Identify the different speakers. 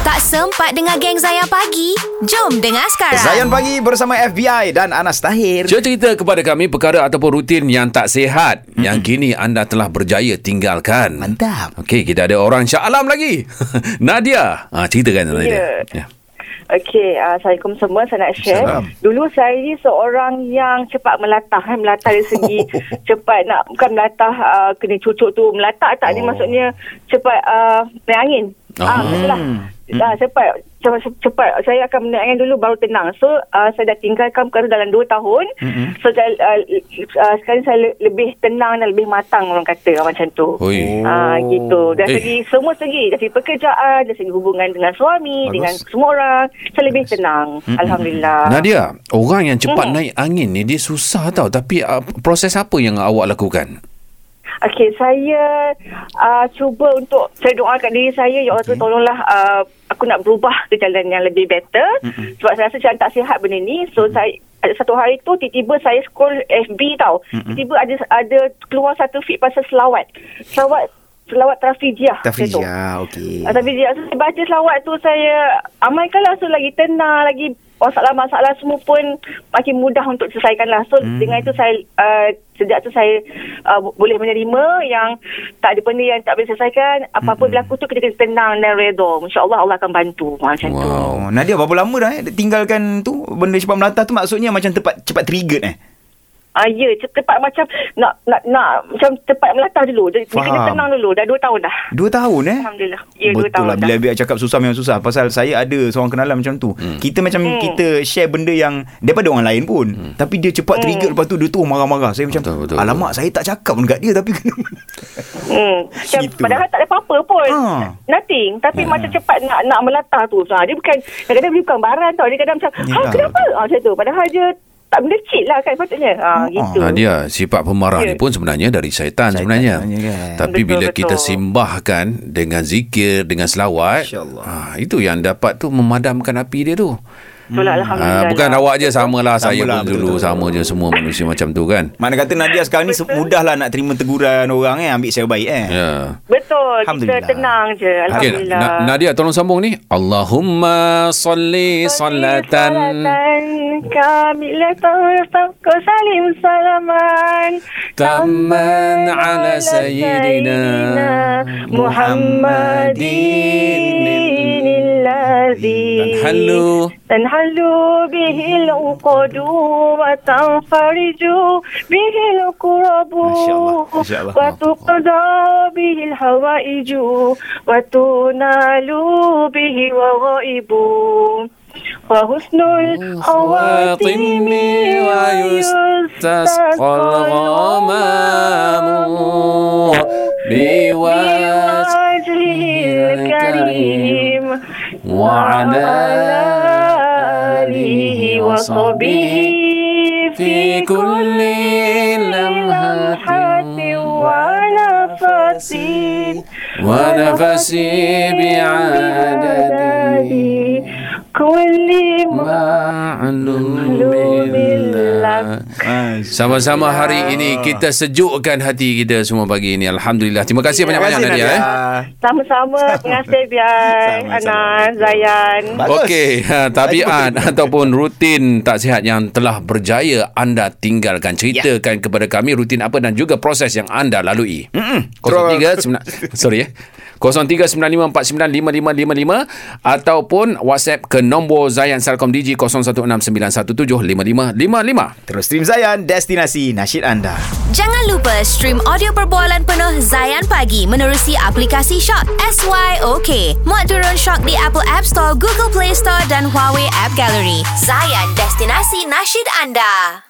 Speaker 1: Tak sempat dengar geng Zayan pagi? Jom dengar sekarang.
Speaker 2: Zayan Pagi bersama FBI dan Anas Tahir.
Speaker 3: Cerita kepada kami perkara ataupun rutin yang tak sihat mm-hmm. yang kini anda telah berjaya tinggalkan.
Speaker 2: Mantap.
Speaker 3: Okey, kita ada orang Shah Alam lagi. Nadia. Ah, ceritakan Nadia. Ya.
Speaker 4: Ya. Okey, uh, Assalamualaikum semua. Saya nak share.
Speaker 3: Assalam.
Speaker 4: Dulu saya ni seorang yang cepat melatah. Eh. Melatah dari segi cepat nak, bukan melatah uh, kena cucuk tu. Melatah tak oh. ni maksudnya cepat uh, naik angin.
Speaker 3: Ah.
Speaker 4: Ah, betul lah. Ah, cepat, cepat, cepat. Saya akan menaik angin dulu baru tenang. So, uh, saya dah tinggalkan perkara dalam 2 tahun. Mm-hmm. So, saya, uh, uh, sekarang saya le- lebih tenang dan lebih matang orang kata macam tu.
Speaker 3: Oi.
Speaker 4: Ah gitu. Dari
Speaker 3: Eh.
Speaker 4: eh. segi semua segi, dari segi pekerjaan, dari segi hubungan dengan
Speaker 3: Bagus.
Speaker 4: suami, Bagus. dengan semua orang, saya lebih tenang. Alhamdulillah.
Speaker 3: Nadia, orang yang cepat naik
Speaker 4: Mm-hmm.
Speaker 3: angin ni dia susah tau. Tapi uh, proses apa yang awak lakukan?
Speaker 4: Okey, saya uh, cuba untuk saya doa kat diri saya, ya Allah okay. tolonglah uh, aku nak berubah ke jalan yang lebih better mm-hmm. sebab saya rasa macam tak sihat benda ni. So mm-hmm. saya ada satu hari tu tiba-tiba saya scroll FB tau. Mm-hmm. Tiba ada ada keluar satu feed pasal selawat. Selawat selawat Trafijah.
Speaker 2: Tafrijah, okey.
Speaker 4: Ah, tapi dia so, saya baca selawat tu saya amalkan lah so lagi tenang lagi masalah-masalah semua pun makin mudah untuk selesaikan lah. So hmm. dengan itu saya uh, sejak tu saya uh, bo- boleh menerima yang tak ada benda yang tak boleh selesaikan. Apa-apa hmm. berlaku tu kita kena tenang dan reda. InsyaAllah Allah akan bantu. Ha, Macam wow. tu.
Speaker 2: Oh, Nadia berapa lama dah eh tinggalkan tu benda cepat melata tu maksudnya macam tempat cepat triggered eh.
Speaker 4: Ah, ya, yeah, tepat macam nak, nak, nak macam tepat melatah dulu. Jadi
Speaker 2: Faham.
Speaker 4: kena tenang dulu. Dah dua tahun dah.
Speaker 2: Dua tahun eh.
Speaker 4: Alhamdulillah. Ya, dua
Speaker 2: Betul
Speaker 4: tahun
Speaker 2: lah
Speaker 4: dah.
Speaker 2: bila bila cakap susah memang susah pasal saya ada seorang kenalan macam tu. Hmm. Kita macam hmm. kita share benda yang daripada orang lain pun hmm. tapi dia cepat trigger lepas tu dia tu marah-marah. Saya macam
Speaker 3: Betul, betul,
Speaker 2: alamak saya tak cakap pun kat dia tapi kena
Speaker 4: Hmm. Macam,
Speaker 2: Gitu.
Speaker 4: padahal tak ada apa-apa pun.
Speaker 2: Ah.
Speaker 4: Nothing. Tapi macam cepat nak nak melatah tu. Ha, dia bukan, kadang-kadang dia bukan barang tau. Dia kadang macam, ha
Speaker 2: Yelah.
Speaker 4: kenapa? Ha, macam tu. Padahal dia tak benda kecil lah kan patutnya. Ha, gitu.
Speaker 3: Nadia, sifat pemarah
Speaker 4: Ya.
Speaker 3: ni pun sebenarnya dari syaitan,
Speaker 2: Syaitan
Speaker 3: sebenarnya.
Speaker 2: sebenarnya, kan?
Speaker 3: Tapi
Speaker 4: Betul,
Speaker 3: bila
Speaker 4: betul.
Speaker 3: kita simbahkan dengan zikir, dengan selawat,
Speaker 2: InsyaAllah.
Speaker 3: ah, itu yang dapat tu memadamkan api dia tu.
Speaker 4: Betul lah, Alhamdulillah.
Speaker 3: Ah, bukan awak je samalah
Speaker 2: Sama
Speaker 3: saya
Speaker 2: lah,
Speaker 3: pun
Speaker 2: betul,
Speaker 3: dulu
Speaker 2: betul.
Speaker 3: sama je semua manusia macam tu kan.
Speaker 2: Mana kata Nadia sekarang ni se- mudahlah nak terima teguran orang eh ambil saya baik eh.
Speaker 3: Ya.
Speaker 4: Betul. Kita
Speaker 2: Alhamdulillah.
Speaker 4: tenang je.
Speaker 3: Okey,
Speaker 4: Alhamdulillah.
Speaker 3: Na- Nadia tolong sambung ni. Allahumma salli salatan
Speaker 4: Kamilatan Tafku salim salaman
Speaker 3: tamman ala sayyidina
Speaker 4: Muhammadin
Speaker 3: dan
Speaker 4: Allazi
Speaker 3: halu
Speaker 4: تنحل به العقد وتنفرج به الكرب
Speaker 2: ما شاء الله، ما شاء الله.
Speaker 4: وتقضى به الحوائج وتنال به الرغائب وحسن الخواتم
Speaker 3: خواطم ويستسقى الغمام
Speaker 4: بوجهه
Speaker 3: بوجهه الكريم
Speaker 4: الكريم
Speaker 3: وعلى آله وصحبه في كل لمحة
Speaker 4: ونفس
Speaker 3: ونفس بعدد
Speaker 4: بعدد كل
Speaker 3: معلوم
Speaker 4: معلوم
Speaker 3: لك
Speaker 4: لك.
Speaker 2: Masya-
Speaker 3: Sama-sama hari ini kita sejukkan hati kita semua pagi ini. Alhamdulillah. Terima kasih
Speaker 2: Terima
Speaker 3: banyak-banyak
Speaker 2: kasih,
Speaker 3: Nadia. Eh.
Speaker 4: sama-sama pengasih biar
Speaker 2: Sama-sama.
Speaker 4: Anas Zayan
Speaker 2: Bagus.
Speaker 3: Okey, ha, tabiat ataupun rutin tak sihat yang telah berjaya anda tinggalkan. Ceritakan yeah. kepada kami rutin apa dan juga proses yang anda lalui. Mm-mm. 03 sembilan- sorry eh. 0395495555 ataupun WhatsApp ke nombor Zayan Salcom Digi 0169175555.
Speaker 2: Terus stream Zayan Destinasi nasyid anda
Speaker 1: Jangan lupa stream audio perbualan penuh Zayan pagi menerusi aplikasi Shock SYOK. Muat turun Shock di Apple App Store, Google Play Store dan Huawei App Gallery. Zayan, destinasi nasyid anda.